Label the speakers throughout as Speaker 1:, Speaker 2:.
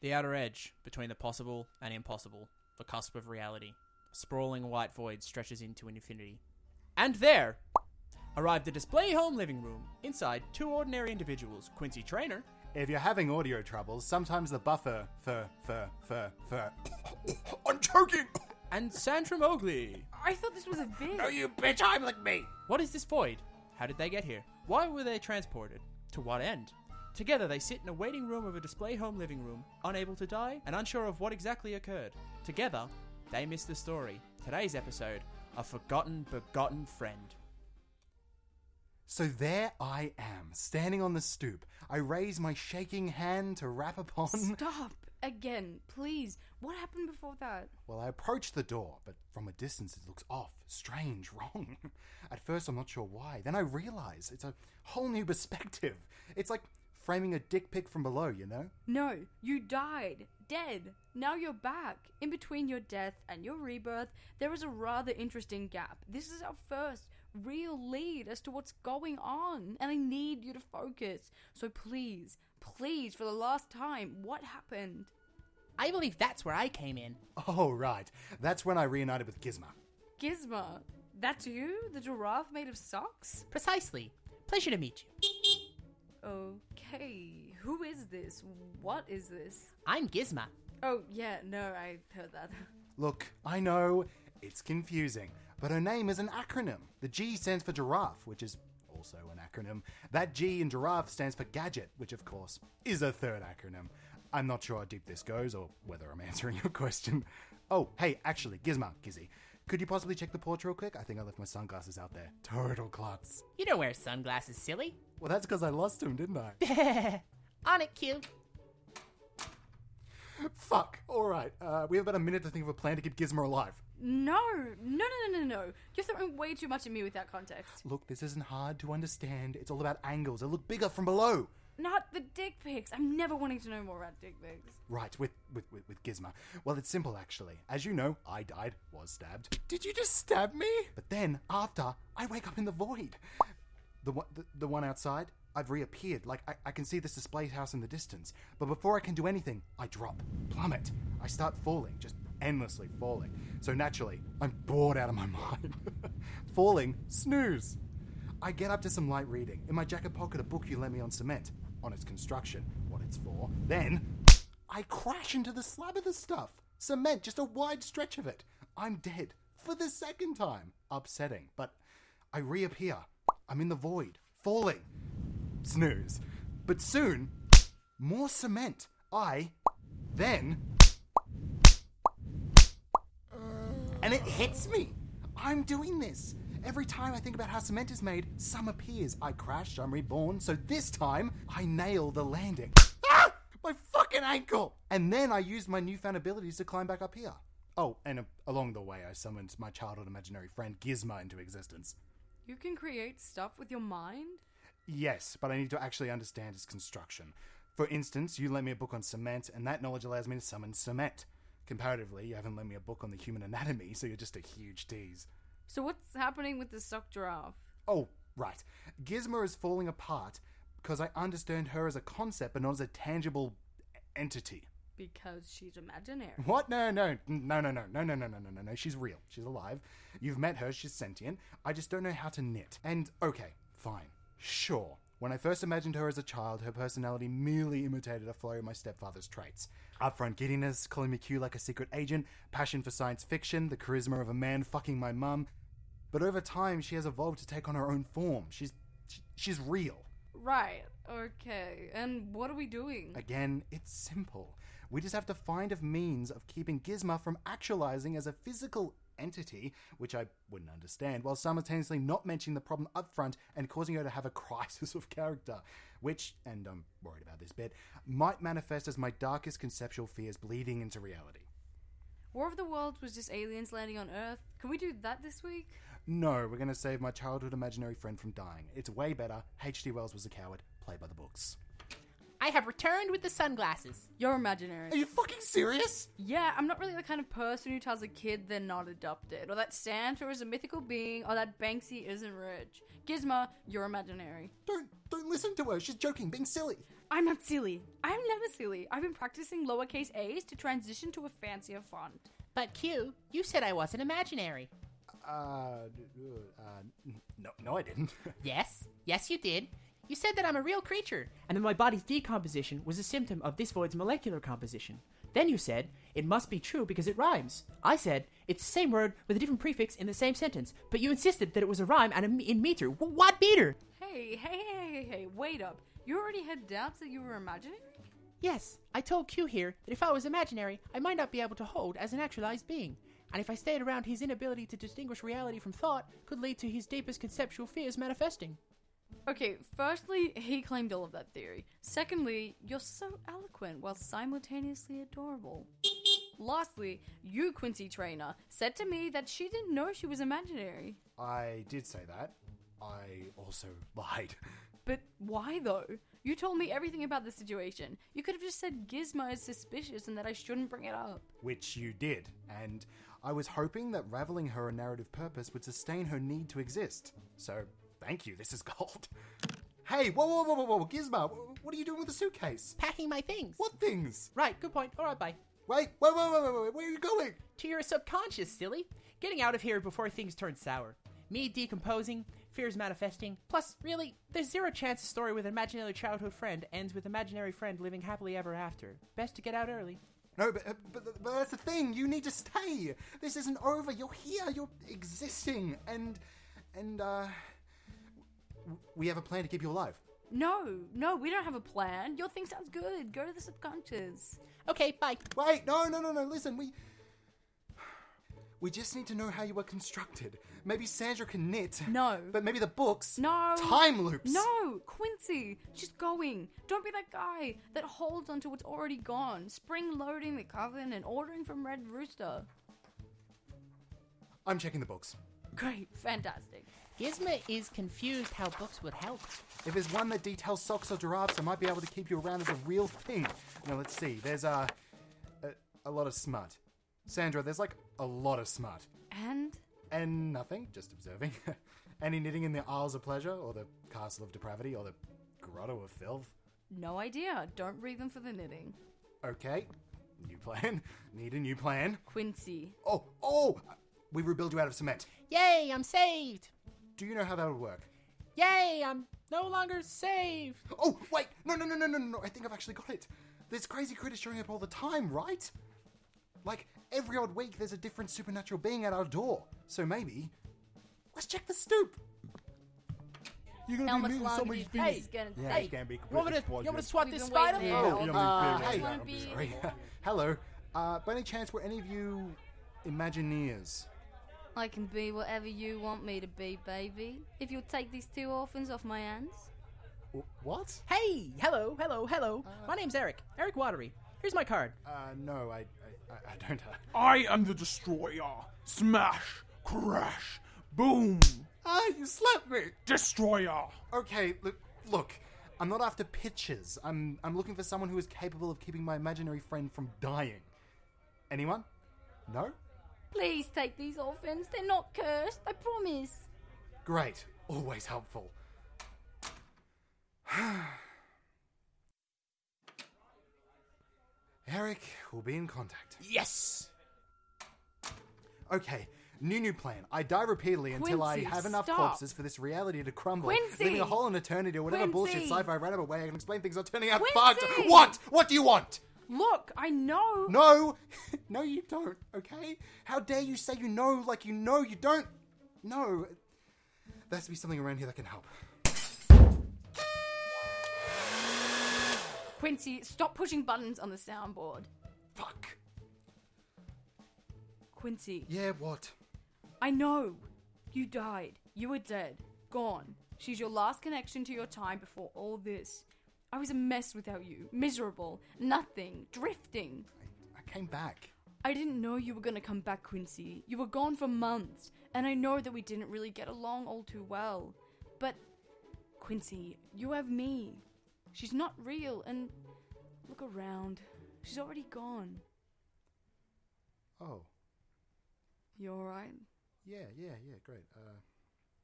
Speaker 1: The outer edge between the possible and impossible, the cusp of reality. A sprawling white void stretches into an infinity. And there arrived the display home living room. Inside, two ordinary individuals, Quincy Trainer
Speaker 2: If you're having audio troubles, sometimes the buffer for for for for. I'm choking.
Speaker 1: and Sandra Mowgli.
Speaker 3: I thought this was a bit.
Speaker 2: you bitch! I'm like me.
Speaker 1: What is this void? How did they get here? Why were they transported? To what end? Together they sit in a waiting room of a display home living room, unable to die and unsure of what exactly occurred. Together, they miss the story. Today's episode, A Forgotten Begotten Friend.
Speaker 2: So there I am, standing on the stoop. I raise my shaking hand to rap upon.
Speaker 3: Stop again, please. What happened before that?
Speaker 2: Well, I approach the door, but from a distance it looks off, strange, wrong. At first, I'm not sure why. Then I realize it's a whole new perspective. It's like framing a dick pic from below, you know?
Speaker 3: No, you died, dead. Now you're back. In between your death and your rebirth, there is a rather interesting gap. This is our first real lead as to what's going on, and I need you to focus. So please, please, for the last time, what happened?
Speaker 1: I believe that's where I came in.
Speaker 2: Oh, right. That's when I reunited with Gizma.
Speaker 3: Gizma, that's you? The giraffe made of socks?
Speaker 1: Precisely. Pleasure to meet you.
Speaker 3: Okay, who is this? What is this?
Speaker 1: I'm Gizma.
Speaker 3: Oh, yeah, no, I heard that.
Speaker 2: Look, I know it's confusing, but her name is an acronym. The G stands for giraffe, which is also an acronym. That G in giraffe stands for gadget, which of course is a third acronym. I'm not sure how deep this goes or whether I'm answering your question. Oh, hey, actually, Gizmo, Gizzy, could you possibly check the porch real quick? I think I left my sunglasses out there. Total klutz.
Speaker 1: You don't wear sunglasses, silly.
Speaker 2: Well, that's because I lost them, didn't I?
Speaker 1: On it, Q.
Speaker 2: Fuck. All right. Uh, we have about a minute to think of a plan to keep Gizmo alive.
Speaker 3: No, no, no, no, no, no. You're throwing way too much at me without context.
Speaker 2: Look, this isn't hard to understand. It's all about angles. It look bigger from below.
Speaker 3: Not the dick pics. I'm never wanting to know more about dick pics.
Speaker 2: Right, with, with, with, with Gizma. Well, it's simple, actually. As you know, I died, was stabbed. Did you just stab me? But then, after, I wake up in the void. The, one- the, the one outside, I've reappeared. Like, I, I can see this display house in the distance. But before I can do anything, I drop, plummet. I start falling, just endlessly falling. So naturally, I'm bored out of my mind. falling, snooze. I get up to some light reading. In my jacket pocket, a book you lent me on cement, on its construction, what it's for. Then, I crash into the slab of the stuff. Cement, just a wide stretch of it. I'm dead. For the second time. Upsetting. But I reappear. I'm in the void. Falling. Snooze. But soon, more cement. I then. And it hits me. I'm doing this. Every time I think about how cement is made, some appears. I crash, I'm reborn, so this time I nail the landing. Ah! My fucking ankle! And then I used my newfound abilities to climb back up here. Oh, and uh, along the way, I summoned my childhood imaginary friend Gizma into existence.
Speaker 3: You can create stuff with your mind?
Speaker 2: Yes, but I need to actually understand its construction. For instance, you lent me a book on cement, and that knowledge allows me to summon cement. Comparatively, you haven't lent me a book on the human anatomy, so you're just a huge tease.
Speaker 3: So what's happening with the sock giraffe?
Speaker 2: Oh, right. Gizmo is falling apart because I understand her as a concept, but not as a tangible entity.
Speaker 3: Because she's imaginary.
Speaker 2: What? No, no, no, no, no, no, no, no, no, no, no, no. She's real. She's alive. You've met her. She's sentient. I just don't know how to knit. And okay, fine, sure. When I first imagined her as a child, her personality merely imitated a flow of my stepfather's traits. Upfront giddiness, calling me Q like a secret agent, passion for science fiction, the charisma of a man fucking my mum. But over time, she has evolved to take on her own form. She's, she, she's real.
Speaker 3: Right, okay. And what are we doing?
Speaker 2: Again, it's simple. We just have to find a means of keeping Gizma from actualizing as a physical entity, which I wouldn't understand, while simultaneously not mentioning the problem up front and causing her to have a crisis of character, which, and I'm worried about this bit, might manifest as my darkest conceptual fears bleeding into reality.
Speaker 3: War of the Worlds was just aliens landing on Earth. Can we do that this week?
Speaker 2: No, we're going to save my childhood imaginary friend from dying. It's way better. H.G. Wells was a coward. Play by the books.
Speaker 4: I have returned with the sunglasses.
Speaker 3: You're imaginary.
Speaker 2: Are you fucking serious?
Speaker 3: Yeah, I'm not really the kind of person who tells a kid they're not adopted, or that Santa is a mythical being, or that Banksy isn't rich. Gizmo, you're imaginary.
Speaker 2: Don't don't listen to her. She's joking, being silly.
Speaker 3: I'm not silly. I'm never silly. I've been practicing lowercase a's to transition to a fancier font.
Speaker 4: But Q, you said I wasn't imaginary.
Speaker 2: Uh, d- uh, n- no, no, I didn't.
Speaker 4: Yes, yes, you did. You said that I'm a real creature.
Speaker 5: and that my body's decomposition was a symptom of this void's molecular composition. Then you said, it must be true because it rhymes. I said, it's the same word with a different prefix in the same sentence, but you insisted that it was a rhyme and a m in meter. W- what meter?
Speaker 3: Hey, hey, hey, hey, hey, wait up. You already had doubts that you were imaginary?
Speaker 4: Yes, I told Q here that if I was imaginary, I might not be able to hold as an actualized being. And if I stayed around, his inability to distinguish reality from thought could lead to his deepest conceptual fears manifesting.
Speaker 3: Okay, firstly, he claimed all of that theory. Secondly, you're so eloquent while simultaneously adorable. Lastly, you, Quincy Trainer, said to me that she didn't know she was imaginary.
Speaker 2: I did say that. I also lied.
Speaker 3: But why though? You told me everything about the situation. You could have just said Gizmo is suspicious and that I shouldn't bring it up.
Speaker 2: which you did, and I was hoping that raveling her a narrative purpose would sustain her need to exist. So, thank you, this is gold. Hey, whoa, whoa, whoa, whoa, whoa, Gizmo, wh- what are you doing with the suitcase?
Speaker 4: Packing my things.
Speaker 2: What things?
Speaker 4: Right, good point. All right, bye.
Speaker 2: Wait, wait, wait, wait, wait, wait, where are you going?
Speaker 5: To your subconscious, silly. Getting out of here before things turn sour. Me decomposing, fears manifesting. Plus, really, there's zero chance a story with an imaginary childhood friend ends with imaginary friend living happily ever after. Best to get out early.
Speaker 2: No, but, but, but that's the thing, you need to stay. This isn't over, you're here, you're existing, and, and, uh, w- we have a plan to keep you alive.
Speaker 3: No, no, we don't have a plan. Your thing sounds good. Go to the subconscious.
Speaker 4: Okay, bye.
Speaker 2: Wait, no, no, no, no. Listen, we we just need to know how you were constructed. Maybe Sandra can knit.
Speaker 3: No.
Speaker 2: But maybe the books.
Speaker 3: No.
Speaker 2: Time loops.
Speaker 3: No, Quincy, she's going. Don't be that guy that holds onto what's already gone, spring loading the coven and ordering from Red Rooster.
Speaker 2: I'm checking the books.
Speaker 3: Great, fantastic.
Speaker 4: Gizma is confused how books would help.
Speaker 2: If there's one that details socks or giraffes, I might be able to keep you around as a real thing. Now let's see. There's uh, a a lot of smut. Sandra, there's like a lot of smut
Speaker 3: And
Speaker 2: and nothing. Just observing. Any knitting in the Isles of Pleasure, or the Castle of Depravity, or the Grotto of Filth.
Speaker 3: no idea. Don't read them for the knitting.
Speaker 2: Okay. New plan. Need a new plan.
Speaker 3: Quincy,
Speaker 2: Oh, oh! We rebuild you out of cement.
Speaker 4: Yay, I'm saved.
Speaker 2: Do you know how that would work?
Speaker 4: Yay, I'm no longer saved.
Speaker 2: Oh, wait! No, no, no, no, no, no, no! I think I've actually got it. There's crazy critters showing up all the time, right? Like, every odd week there's a different supernatural being at our door. So maybe. Let's check the stoop! You're gonna
Speaker 3: Elmer's
Speaker 2: be meeting
Speaker 3: long
Speaker 2: so many
Speaker 3: beard.
Speaker 2: things.
Speaker 3: Hey, gonna-
Speaker 2: yeah,
Speaker 3: hey,
Speaker 2: you can be
Speaker 4: You want me to, you
Speaker 2: completely
Speaker 4: want me to swat
Speaker 3: We've
Speaker 4: this
Speaker 3: been
Speaker 4: spider?
Speaker 3: waiting
Speaker 4: Oh,
Speaker 3: there.
Speaker 2: Oh,
Speaker 3: Elmer.
Speaker 2: uh,
Speaker 3: Elmer.
Speaker 2: hey,
Speaker 3: Wanna
Speaker 2: I'm
Speaker 3: be-
Speaker 2: sorry. Hello. Uh, by any chance, were any of you Imagineers?
Speaker 3: I can be whatever you want me to be, baby. If you'll take these two orphans off my hands.
Speaker 2: W- what?
Speaker 5: Hey, hello, hello, hello. my name's Eric. Eric Watery. Here's my card.
Speaker 2: Uh, no, I, I, I- I don't. Uh,
Speaker 6: I am the destroyer. Smash, crash, boom.
Speaker 2: ah, you slapped me!
Speaker 6: Destroyer.
Speaker 2: Okay, look, look. I'm not after pictures. I'm I'm looking for someone who is capable of keeping my imaginary friend from dying. Anyone? No?
Speaker 3: Please take these orphans. They're not cursed, I promise.
Speaker 2: Great. Always helpful. Eric will be in contact.
Speaker 5: Yes!
Speaker 2: Okay, new new plan. I die repeatedly until I
Speaker 3: Quincy,
Speaker 2: have enough
Speaker 3: stop.
Speaker 2: corpses for this reality to crumble,
Speaker 3: Quincy!
Speaker 2: leaving a hole in eternity or whatever bullshit
Speaker 3: Quincy!
Speaker 2: sci-fi rabbit way I can explain things are turning out
Speaker 3: Quincy!
Speaker 2: fucked. What? What do you want?
Speaker 3: Look, I know.
Speaker 2: No, no, you don't. Okay? How dare you say you know like you know you don't? No, there has to be something around here that can help.
Speaker 3: Quincy, stop pushing buttons on the soundboard.
Speaker 2: Fuck.
Speaker 3: Quincy,
Speaker 2: Yeah. What?
Speaker 3: I know. You died. You were dead. Gone. She's your last connection to your time before all this. I was a mess without you. Miserable. Nothing. Drifting.
Speaker 2: I, I came back.
Speaker 3: I didn't know you were gonna come back, Quincy. You were gone for months, and I know that we didn't really get along all too well. But, Quincy, you have me. She's not real, and look around. She's already gone.
Speaker 2: Oh.
Speaker 3: You alright?
Speaker 2: Yeah. Yeah. Yeah. Great. Uh,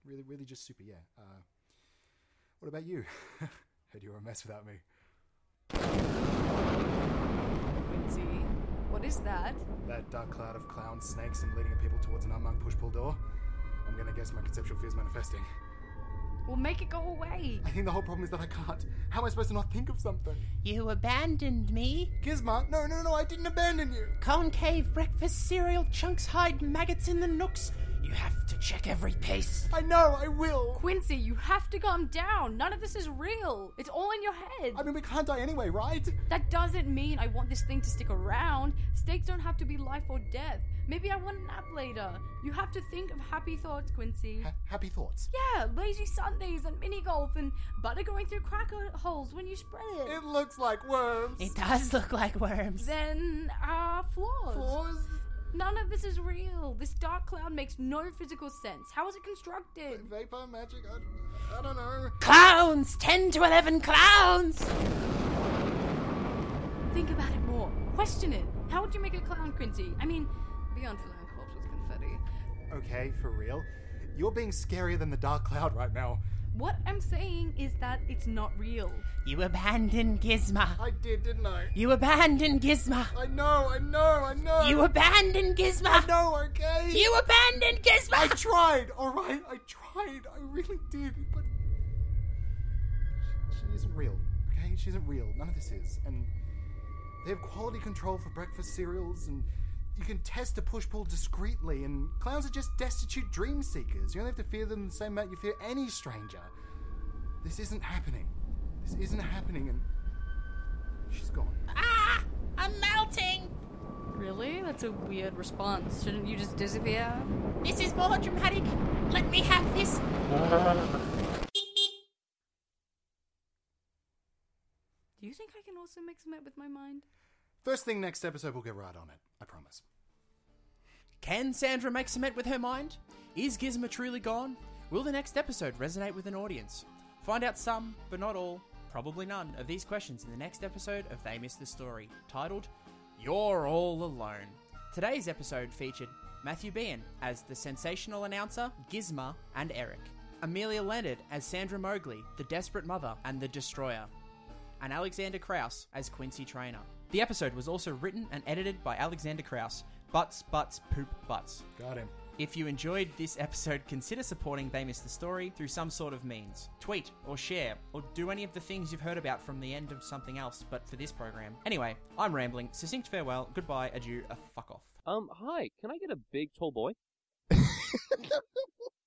Speaker 2: really, really, just super. Yeah. Uh, what about you? Heard you were a mess without me.
Speaker 7: Quincy, what is that?
Speaker 2: That dark cloud of clowns, snakes, and leading people towards an unmarked push-pull door. I'm gonna guess my conceptual fear's manifesting.
Speaker 7: Well, make it go away.
Speaker 2: I think the whole problem is that I can't. How am I supposed to not think of something?
Speaker 4: You abandoned me.
Speaker 2: Gizma, no, no, no, I didn't abandon you.
Speaker 4: Concave breakfast cereal, chunks hide, maggots in the nooks. You have to check every pace.
Speaker 2: I know, I will.
Speaker 7: Quincy, you have to calm down. None of this is real. It's all in your head.
Speaker 2: I mean, we can't die anyway, right?
Speaker 7: That doesn't mean I want this thing to stick around. Stakes don't have to be life or death. Maybe I want a nap later. You have to think of happy thoughts, Quincy.
Speaker 2: Ha- happy thoughts.
Speaker 7: Yeah, lazy Sundays and mini golf and butter going through cracker holes when you spread it.
Speaker 2: It looks like worms.
Speaker 4: It does look like worms.
Speaker 7: then uh, flaws.
Speaker 2: Claws?
Speaker 7: None of this is real. This dark cloud makes no physical sense. How is it constructed?
Speaker 2: Vapor magic? I, I don't know.
Speaker 4: Clowns! 10 to 11 clowns!
Speaker 7: Think about it more. Question it. How would you make a clown, Quincy? I mean, beyond filling a corpse with confetti.
Speaker 2: Okay, for real. You're being scarier than the dark cloud right now.
Speaker 7: What I'm saying is that it's not real.
Speaker 4: You abandoned Gizma.
Speaker 2: I did, didn't I?
Speaker 4: You abandoned Gizma.
Speaker 2: I know, I know, I know.
Speaker 4: You abandoned Gizma.
Speaker 2: know, okay?
Speaker 4: You abandoned
Speaker 2: I
Speaker 4: Gizma.
Speaker 2: tried, alright? I tried. I really did. But. She, she isn't real, okay? She isn't real. None of this is. And they have quality control for breakfast cereals, and you can test a push pull discreetly, and clowns are just destitute dream seekers. You only have to fear them the same amount you fear any stranger. This isn't happening. This isn't happening, and. She's gone.
Speaker 4: Ah, I'm melting.
Speaker 7: Really? That's a weird response. Shouldn't you just disappear?
Speaker 4: This is more dramatic. Let me have this.
Speaker 7: Do you think I can also mix them up with my mind?
Speaker 2: First thing next episode, we'll get right on it. I promise.
Speaker 1: Can Sandra make cement with her mind? Is Gizmo truly gone? Will the next episode resonate with an audience? Find out some, but not all, probably none, of these questions in the next episode of They Missed the Story, titled You're All Alone. Today's episode featured Matthew Bean as the sensational announcer, Gizma, and Eric. Amelia Leonard as Sandra Mowgli, the desperate mother and the destroyer and Alexander Krauss as Quincy Trainer. The episode was also written and edited by Alexander Krauss. Butts, butts, poop, butts.
Speaker 2: Got him.
Speaker 1: If you enjoyed this episode, consider supporting They Miss the Story through some sort of means. Tweet or share or do any of the things you've heard about from the end of something else, but for this program. Anyway, I'm rambling. Succinct farewell, goodbye, adieu, a fuck off.
Speaker 8: Um, hi, can I get a big tall boy?